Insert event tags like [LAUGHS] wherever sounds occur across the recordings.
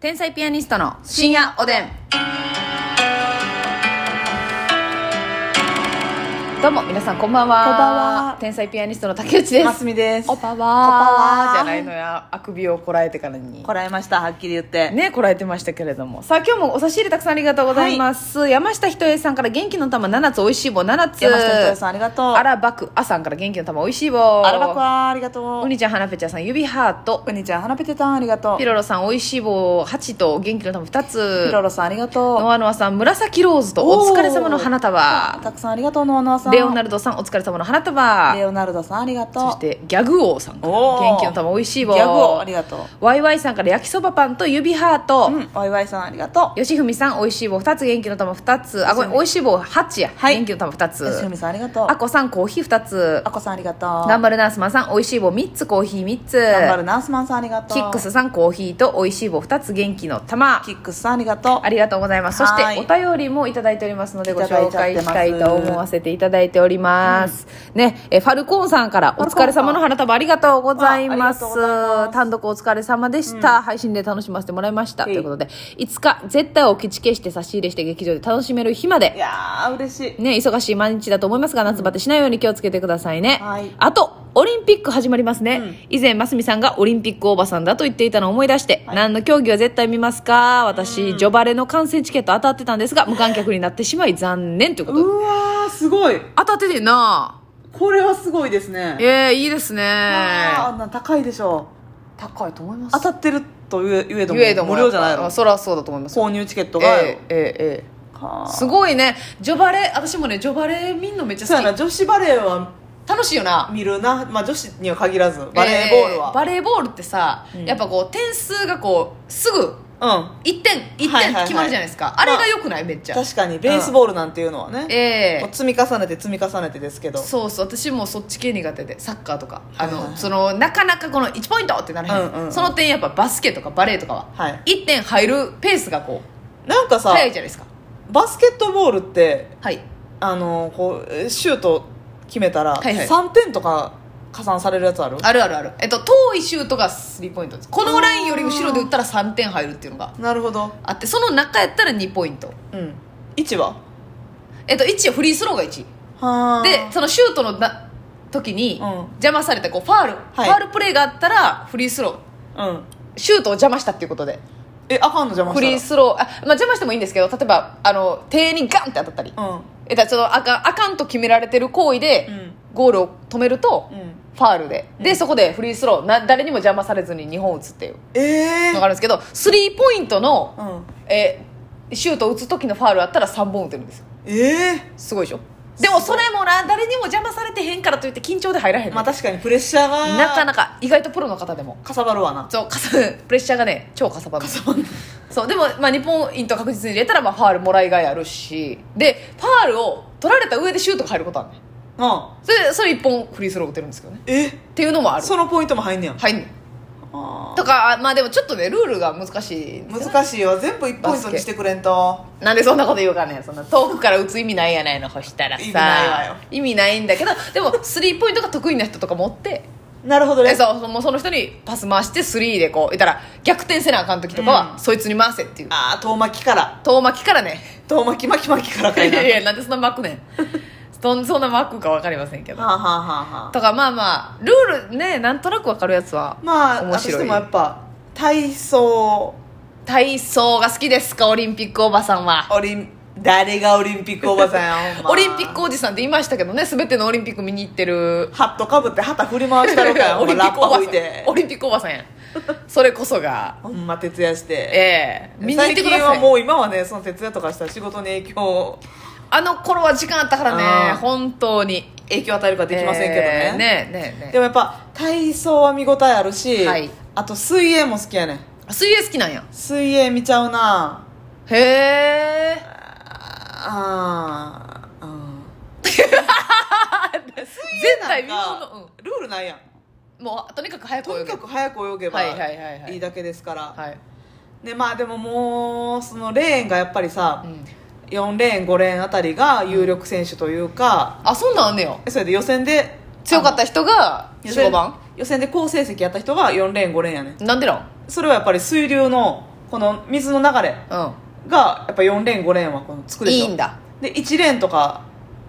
天才ピアニストの深夜おでん。どうも皆さんこんばんは。こんばんは天才ピアニストの竹内です。ますみですおぱわーじゃないのや。あくびをこらえてからに。こらえましたはっきり言って、ね、こらえてましたけれども。さあ、今日もお差し入れたくさんありがとうございます。山下ひとえさんから元気の玉7つ、美味しい棒7つ。山下ひとえさんありがとうあらばく、あさんから元気の玉美味しい棒。アルバクはありがとううにちゃん、はなぺちゃんさん、指ハート。うにちゃんはなぺてたんありがとうピロロさん、美味しい棒8と元気の玉2つ。ピロロさんありがとうノアノアさん、紫ローズとお疲れ様の花束。たくさんありがとうノアノアさんレオナルドさん、お疲れ様の花レ束。オナルドさんありがとうそして、ギャグ王さんからおー元気の玉美味しい棒。ギャグ王ありがとうワイワイさんから焼きそばパンと指ハート。うんワイワイさんありがとうよしふみさん、おいしい棒2つ、元気の玉2つ。あ、ごめん、おいしい棒8や。はい元気の玉2よしふつ。みさんありがとうあこさん、コーヒー2つあ。こさんありがとう頑張るナースマンさん、おいしい棒3つ、コーヒー3頑張るつ。ナースマンさんありがとうキックスさん、コーヒーとおいしい棒2つ、元気の玉キ。ックスさんありがとうありがとうございます。そしてはいお便りもいただいておりますのでいごただい紹ちゃっ介てますしたいと思わせていただいております。ね、えファルコーンさんからおァルコー疲ンさんれ様の花束ありがとうございますあありがとうございま。す単独お疲れ様でした、配信で楽しませてもらいました。とはいいうことで、いつか絶対おきち消して差し入れして劇場で楽しめる日まいで、やー嬉しいね、忙しい毎日だと思いますが、夏バテしないように気をつけてくださいね。はいあと、オリンピック始まりますね。以前、ますみさんがオリンピックおばさんだと言っていたのを思い出して、何の競技は絶対見ますか私、ジョバレの観戦チケット当たってたんですが、無観客になってしまい残念ということで。うわーすごい当たっててんなこれはすごいですねええいいですねあーあんな高いでしょ高いと思いま当たってるとゆえゆえどもゆえども。無料じゃないのあそらそうだと思います。購入チケットえがえよ、えええはえあすごいね。ジョバレ、私もね、ジョバレ見んのめっちそうゃや好な女子バレーはき。楽しいよな。見るな、まあ、女子には限らずバレーボールえーは、バレーボールってさ、やっぱこう点数がこうすぐうん1点1は点っいはいてはい決まるじゃないですか、まああれがよくないめっちゃ確かにベースボールなんていうのはね、ええもう積み重ねて積み重ねてですけどそうそう私もそっち系苦手でサッカーとかあの、はいはいはいそのなかなかこの1ポイントってならへん,、うんうんうんその点やっぱバスケとかバレーとかは、はい1点入るペースがこうなんかさ早いじゃないですかバスケットボールってはいあのこうシュート決めたらはいはい3点とか加算されるやつある、あるあるあるえっと遠いシュートがスリーポイントですこのラインより後ろで打ったら3点入るっていうのがなるほど、あってその中やったら2ポイントうん、位置はえっと1はフリースローが1はあでそのシュートのな時にうん邪魔されたこうファール、はいファールプレーがあったらフリースローうんシュートを邪魔したっていうことでえあかんの邪魔フリーしスローあ、まあ、邪魔してもいいんですけど例えばあの手にガンって当たったり、たらうんえだからそのあかんあかんと決められてる行為で、うんゴールを止めると、うんファールででそこでフリースローな誰にも邪魔されずに2本打つっていうええのがあるんですけどスリーポイントの、うんえーシュートを打つ時のファールあったら3本打てるんですよええすごいでしょでもそれもな誰にも邪魔されてへんからといって緊張で入らへんねんまあ確かにプレッシャーがなかなか意外とプロの方でもかさばるわなそうかさプレッシャーがね超かさばるそうでも、まあ、日本イント確実に入れたら、まあ、ファールもらいがいあるしでファールを取られた上でシュートが入ることあるねうんそれでそれ1本フリースロー打てるんですけどねえっていうのもあるそのポイントも入んねやはいあとかあまあでもちょっとねルールが難しいんですよね難しいよ全部1ポイントにしてくれんとなんでそんなこと言うかねそんな遠くから打つ意味ないやないのほしたらさ意味ないわよ意味ないんだけどでもスリーポイントが得意な人とか持ってなるほどえねそうそうもうその人にパス回してスリーでこう言ったら逆転せなあかん時とかは、うんそいつに回せっていうああ遠巻きから遠巻きからね遠巻き巻き巻きからいかやいいな [LAUGHS] やいやなんでそんな巻くねんそんそんな巻くか分かりませんけどはあはあはあはあとかまあまあルールねなんとなく分かるやつはまあ面私白でいもやっぱ体操体操が好きですかオリンピックおばさんはオリン誰がオリンピックおばさんやほんまオリンピックおじさんって言いましたけどね全てのオリンピック見に行ってるハットかぶって旗振り回したろかよ [LAUGHS] オリンピッラクッおばパさん吹いてオリンピックおばさんやんそれこそがほんま徹夜してええ見に行っ最て近くださはいもう今はねその徹夜とかしたら仕事に影響をあの頃は時間あったからねあー本当に影響を与えるかできませんけどね、えーねえねえねえでもやっぱ体操は見応えあるし、はいあと水泳も好きやねん水泳好きなんや水泳見ちゃうなへえあーあ全ー体見なん物かの、ルールないやんうん、もうとにかく早く泳とげにかく早く泳げばはいはいはいはいいいだけですから、はい、でまあでももうそのレーンがやっぱりさ、うん、 4レーン5レーンあたりが有力選手というか、あそんなんあんねやそれで予選で強かっあた人がの予選15番予選で好成績やった人が4レーン5レーンやねんなんでなんそれはやっぱり水流のこの水の流れうがやっぱ4レーン5レーンはこのつくんでいしょいんだで1レーンとか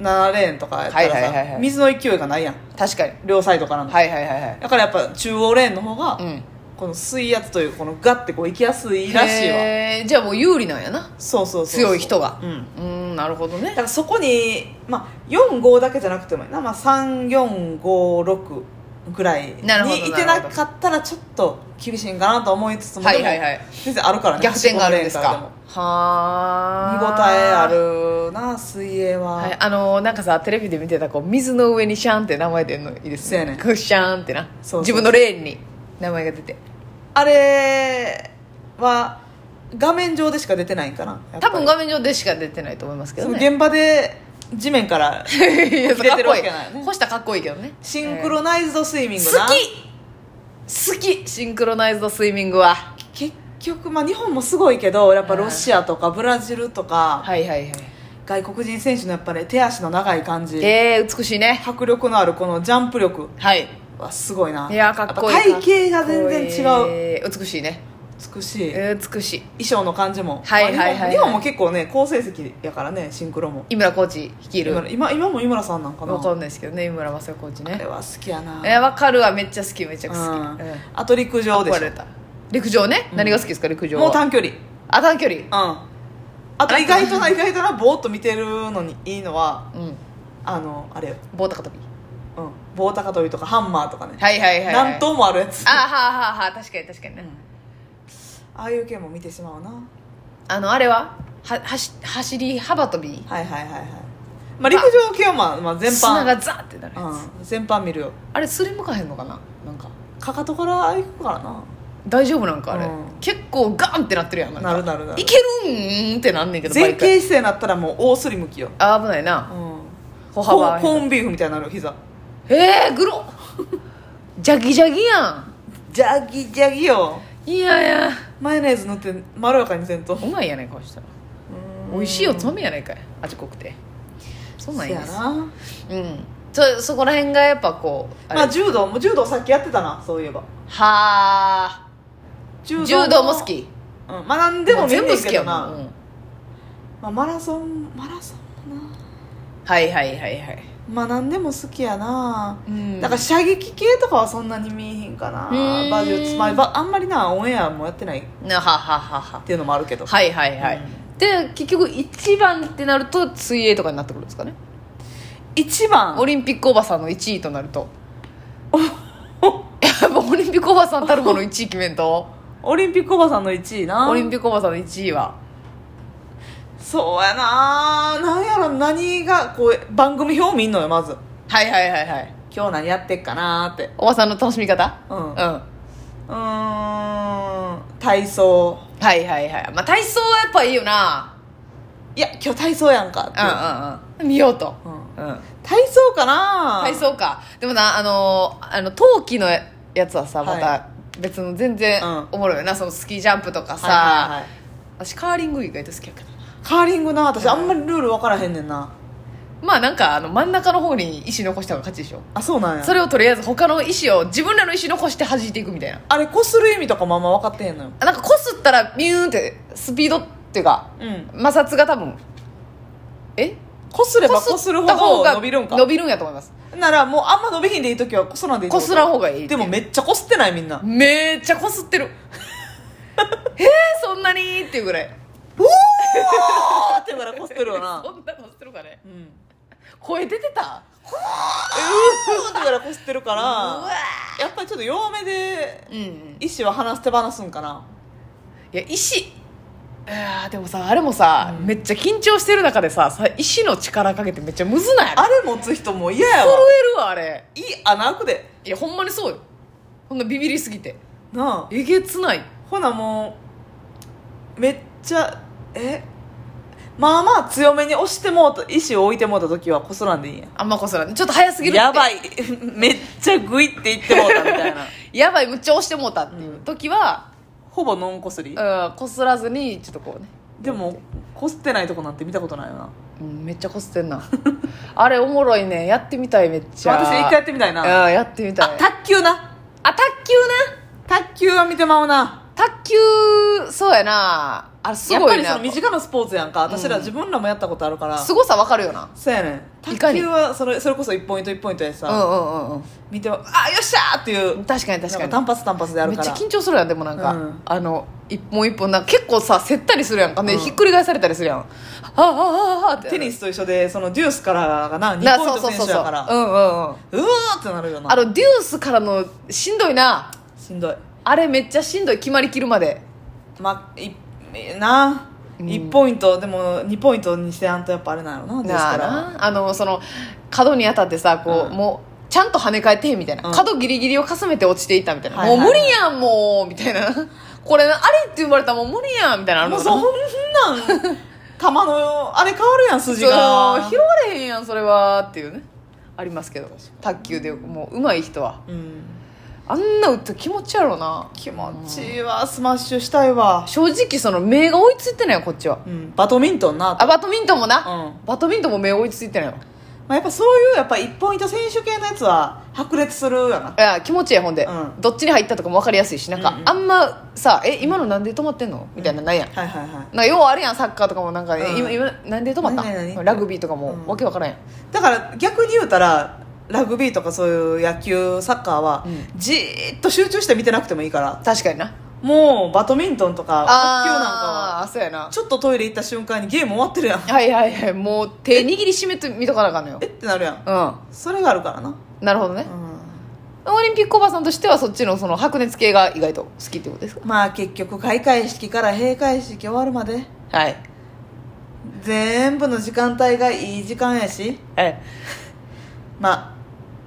7レーンとかやったらさ、はいはいはいはい水の勢いがないやん確かに両サイドからの、はいはいはいはいだからやっぱ中央レーンの方が、うんこの水圧というかこのガッてこう行きやすいらしいわへーじゃあもう有利なんやなそうそうそう強い人がうんうーんなるほどだねからそこに、まあ、45だけじゃなくてもいいな、まあ、3456ぐらいになるほどいてなかったらちょっと厳しいんかなと思いつつもはいはいはいでも先生あるからね逆転があるんです45連かは覇でも見あ応えあるな水泳は、はい、あのーなんかさテレビで見てたこう水の上にシャンって名前出るのいいですそうやねねクッシャンってなそうそう自分のレーンに名前が出てあれは画面上でしか出てないんかなやっぱ多り分画面上でしか出てないと思いますけどそのね現場で地面か [LAUGHS] らいや出てるわけかっないこよいいね干したらかっこいいけどねシンクロナイズドスイミングな、好き好きシンクロナイズドスイミングは結局、まあ、日本もすごいけどやっぱロシアとかブラジルとか、はいはいはい外国人選手のやっぱり手足の長い感じ、えー、美しいね迫力のあるこのジャンプ力はいはすごいないやかっこいいやぱ体型が全然違う違う美しいね美しい衣美しい装の感じも、はいはいはいはいまあ日本も日本も結構ね好成績やからねシンクロも井村コーチ率いる今今今も井村さんなんかなわかんないですけどね井村雅代コーチあれねは好きやなえーわかるわめっちゃ好きめちゃうくちゃ好き、うんん、あと陸上で壊しれた陸上ね、何が好きですか陸ょ上はもう短距離うんあ短距離あと意外とな意外となぼーっと見てるのにいいのはうんあのあれよ、棒高跳びうん、棒高跳びとかハンマーとかね、はいはいはい、はい、何ともあるやつあーあはあはあはあ確かに確かにね、あいう系も見てしまうなあのあれはははし走り幅跳びはいはいはいはい、まあ、陸上系は、まあまあ、全砂般、がザーってなるやつ、うん、全般見るよあれすりむかへんのかななんかかかとから行くからな大丈夫なんかあれ、うん結構ガンってなってるやんなんかなるなるなるいけるんってなんねんけど前毎回傾姿勢になったらもう大すりむきよ、、あー危ないうなん歩コ幅ーンコーンビーフみたいになる膝えー、グロジャギジャギやんジャギジャギよいやいやマヨネーズ塗ってまろやかにせんとうまいやないかこうしたら美味しいおつまみやないかい味濃くてそんなんいいやですなうんそそこら辺がやっぱこうあれまあ柔道も柔道さっきやってたなそういえばはあ柔柔道も好、きうん、まあ何でも見全ん部ね好んきけやどもな、ん、うんまあ、マラソンマラソンもなはいはいはいはいまあ何でも好きやなうんだから射撃系とかはそんなに見えへんかなうん馬術、まあば、あんまりなオンエアもやってないっなははははていうのもあるけどはいはいはい、で結局一番ってなると水泳とかになってくるんですかね一番オリンピックおばさんの1位となると [LAUGHS] やっぱオリンピックおばさんたるもの1位決めんとオリンピックおばさんの1位なオリンピッピックおばさんの1位はクそうやななんやろ何がこう番組表見んのよまずはいはいはいはい今日何やってっかなっておばさんの楽しみ方ううんんうはーん体操いはいはいまあ体操はやっぱいいよないや今日体操やんかっていううんうんうん見ようと、ううんん、体操かな体操かでもなあのーあの冬季のやつはさはまいた別の全然うんおもろいよな、そのスキージャンプとかさ、はいはいはい私カーリング意外と好きやけどなカーリングな私あんまりルール分からへんねんなまあなんかあの真ん中の方に石残した方が勝ちでしょあそうなんやそれをとりあえず他の石を自分らの石残して弾いていくみたいなあれこする意味とかもあんま分かってへんのよなんかこすったらビューンってスピードっていうかうん摩擦が多分えこすればこする方が伸びるんか伸びるんやと思いますならもうあんま伸びひんでいい時はこすらんでいいこすらん方がいいってでもめっちゃこすってな [LAUGHS] いみんなめっちゃこす [LAUGHS] ってるえー、そんなにっていうぐらいあーってからこすってるよな [LAUGHS] そんなこすってるかねうん声出てたうーってからこすってるかうわらやっぱりちょっと弱めでうんうん意思は離す手放すんかないや石あーでもさあれもさ、めっちゃ緊張してる中でささ石の力かけてめっちゃむずないあれあれ持つ人も嫌や震わえるわあれいい穴開くでいやほんまにそうよほんなビビりすぎてなあえげつないほなもうめっちゃえまあまあ強めに押してもうと意思を置いてもうた時はこすらんでいいんやあんまこそらんちょっと早すぎるってやばい [LAUGHS] めっちゃグイって言ってもうたみた [LAUGHS] いなやばいむっちゃ押してもうたっていう時は、ほぼノンこすうりん、こすらずにちょっとこうねでもこすってないとこなんて見たことないよなうん、めっちゃこすってんな [LAUGHS] あれおもろいねやってみたいめっちゃ私一回やってみたいなうんやってみたいあ卓球なあ卓球卓球は見てまうな卓球そうやなあれすやっごぱいりそのな身近なスポーツやんか私ら自分らもやったことあるから、すごさわかるよなそうやねんいか卓に球はそれそれこそ一ポイント一ポイントでうさ、んうんうん見てあよっしゃーっていううん確かに確なかんに単発単発であめるっかちゃら緊張するやんでもなんか、うんあの一本一本なんか結構さ競ったりするやんかね、うんひっくり返されたりするやんああああああってテニスと一緒でそのデュースからがな2なポインそうそトう選そうそ手うやうからんうんうんうわーってなるよなあのデュースからのしんどいなしんどいあれめっちゃしんどい決まりきるまでまあいな1ポイントでも2ポイントにしてやんとやっぱあれなのなですなかあらなあのその角に当たってさこう、うんもうちゃんと跳ね返ってへんみたいな、うん角ギリギリをかすめて落ちていったみたいな、はいはいもう無理やんもうみたいな [LAUGHS] これあれって言われたらもう無理やんみたいなのあるものうかそなんなん球のあれ変わるやん筋がそう拾われへんやんそれはっていうねありますけど卓球でもう上手い人はうんあんな打ったら気持ちやろな気持ちいいわスマッシュしたいわ、正直その目が追いついてないよこっちはうん、バドミントンなあバドミントンもな、うバドミントンも目追いついてないよまあ、やっぱそういうやっぱ一ポイント選手系のやつは白熱するやないや気持ちいいほんで、うんどっちに入ったとかも分かりやすいしなんか、うんうんあんまさ「え今のなんで止まってんの?」みたいなないやん、はいはいはいなんかようあるやんサッカーとかもなんか、えうん今今なんで止まった何々何ラグビーとかも、うんわけわからんやんだから逆に言うたらラグビーとかそういう野球サッカーは、うんじーっと集中して見てなくてもいいから確かになもうバドミントンとかあ卓球なんかはあーそうやなちょっとトイレ行った瞬間にゲーム終わってるやん [LAUGHS] はいはいはいもう手握りしめてみとかなあかんのよえってなるやんうそれがあるからな、んなるほどねうオリンピックおばさんとしてはそっちのその白熱系が意外と好きってことですかん、まあ結局開会式から閉会式終わるまではい全部の時間帯がいい時間やしはいまあ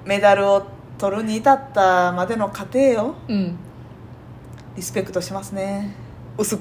メダルを取るに至ったまでの過程をうんリスペクトしますね薄く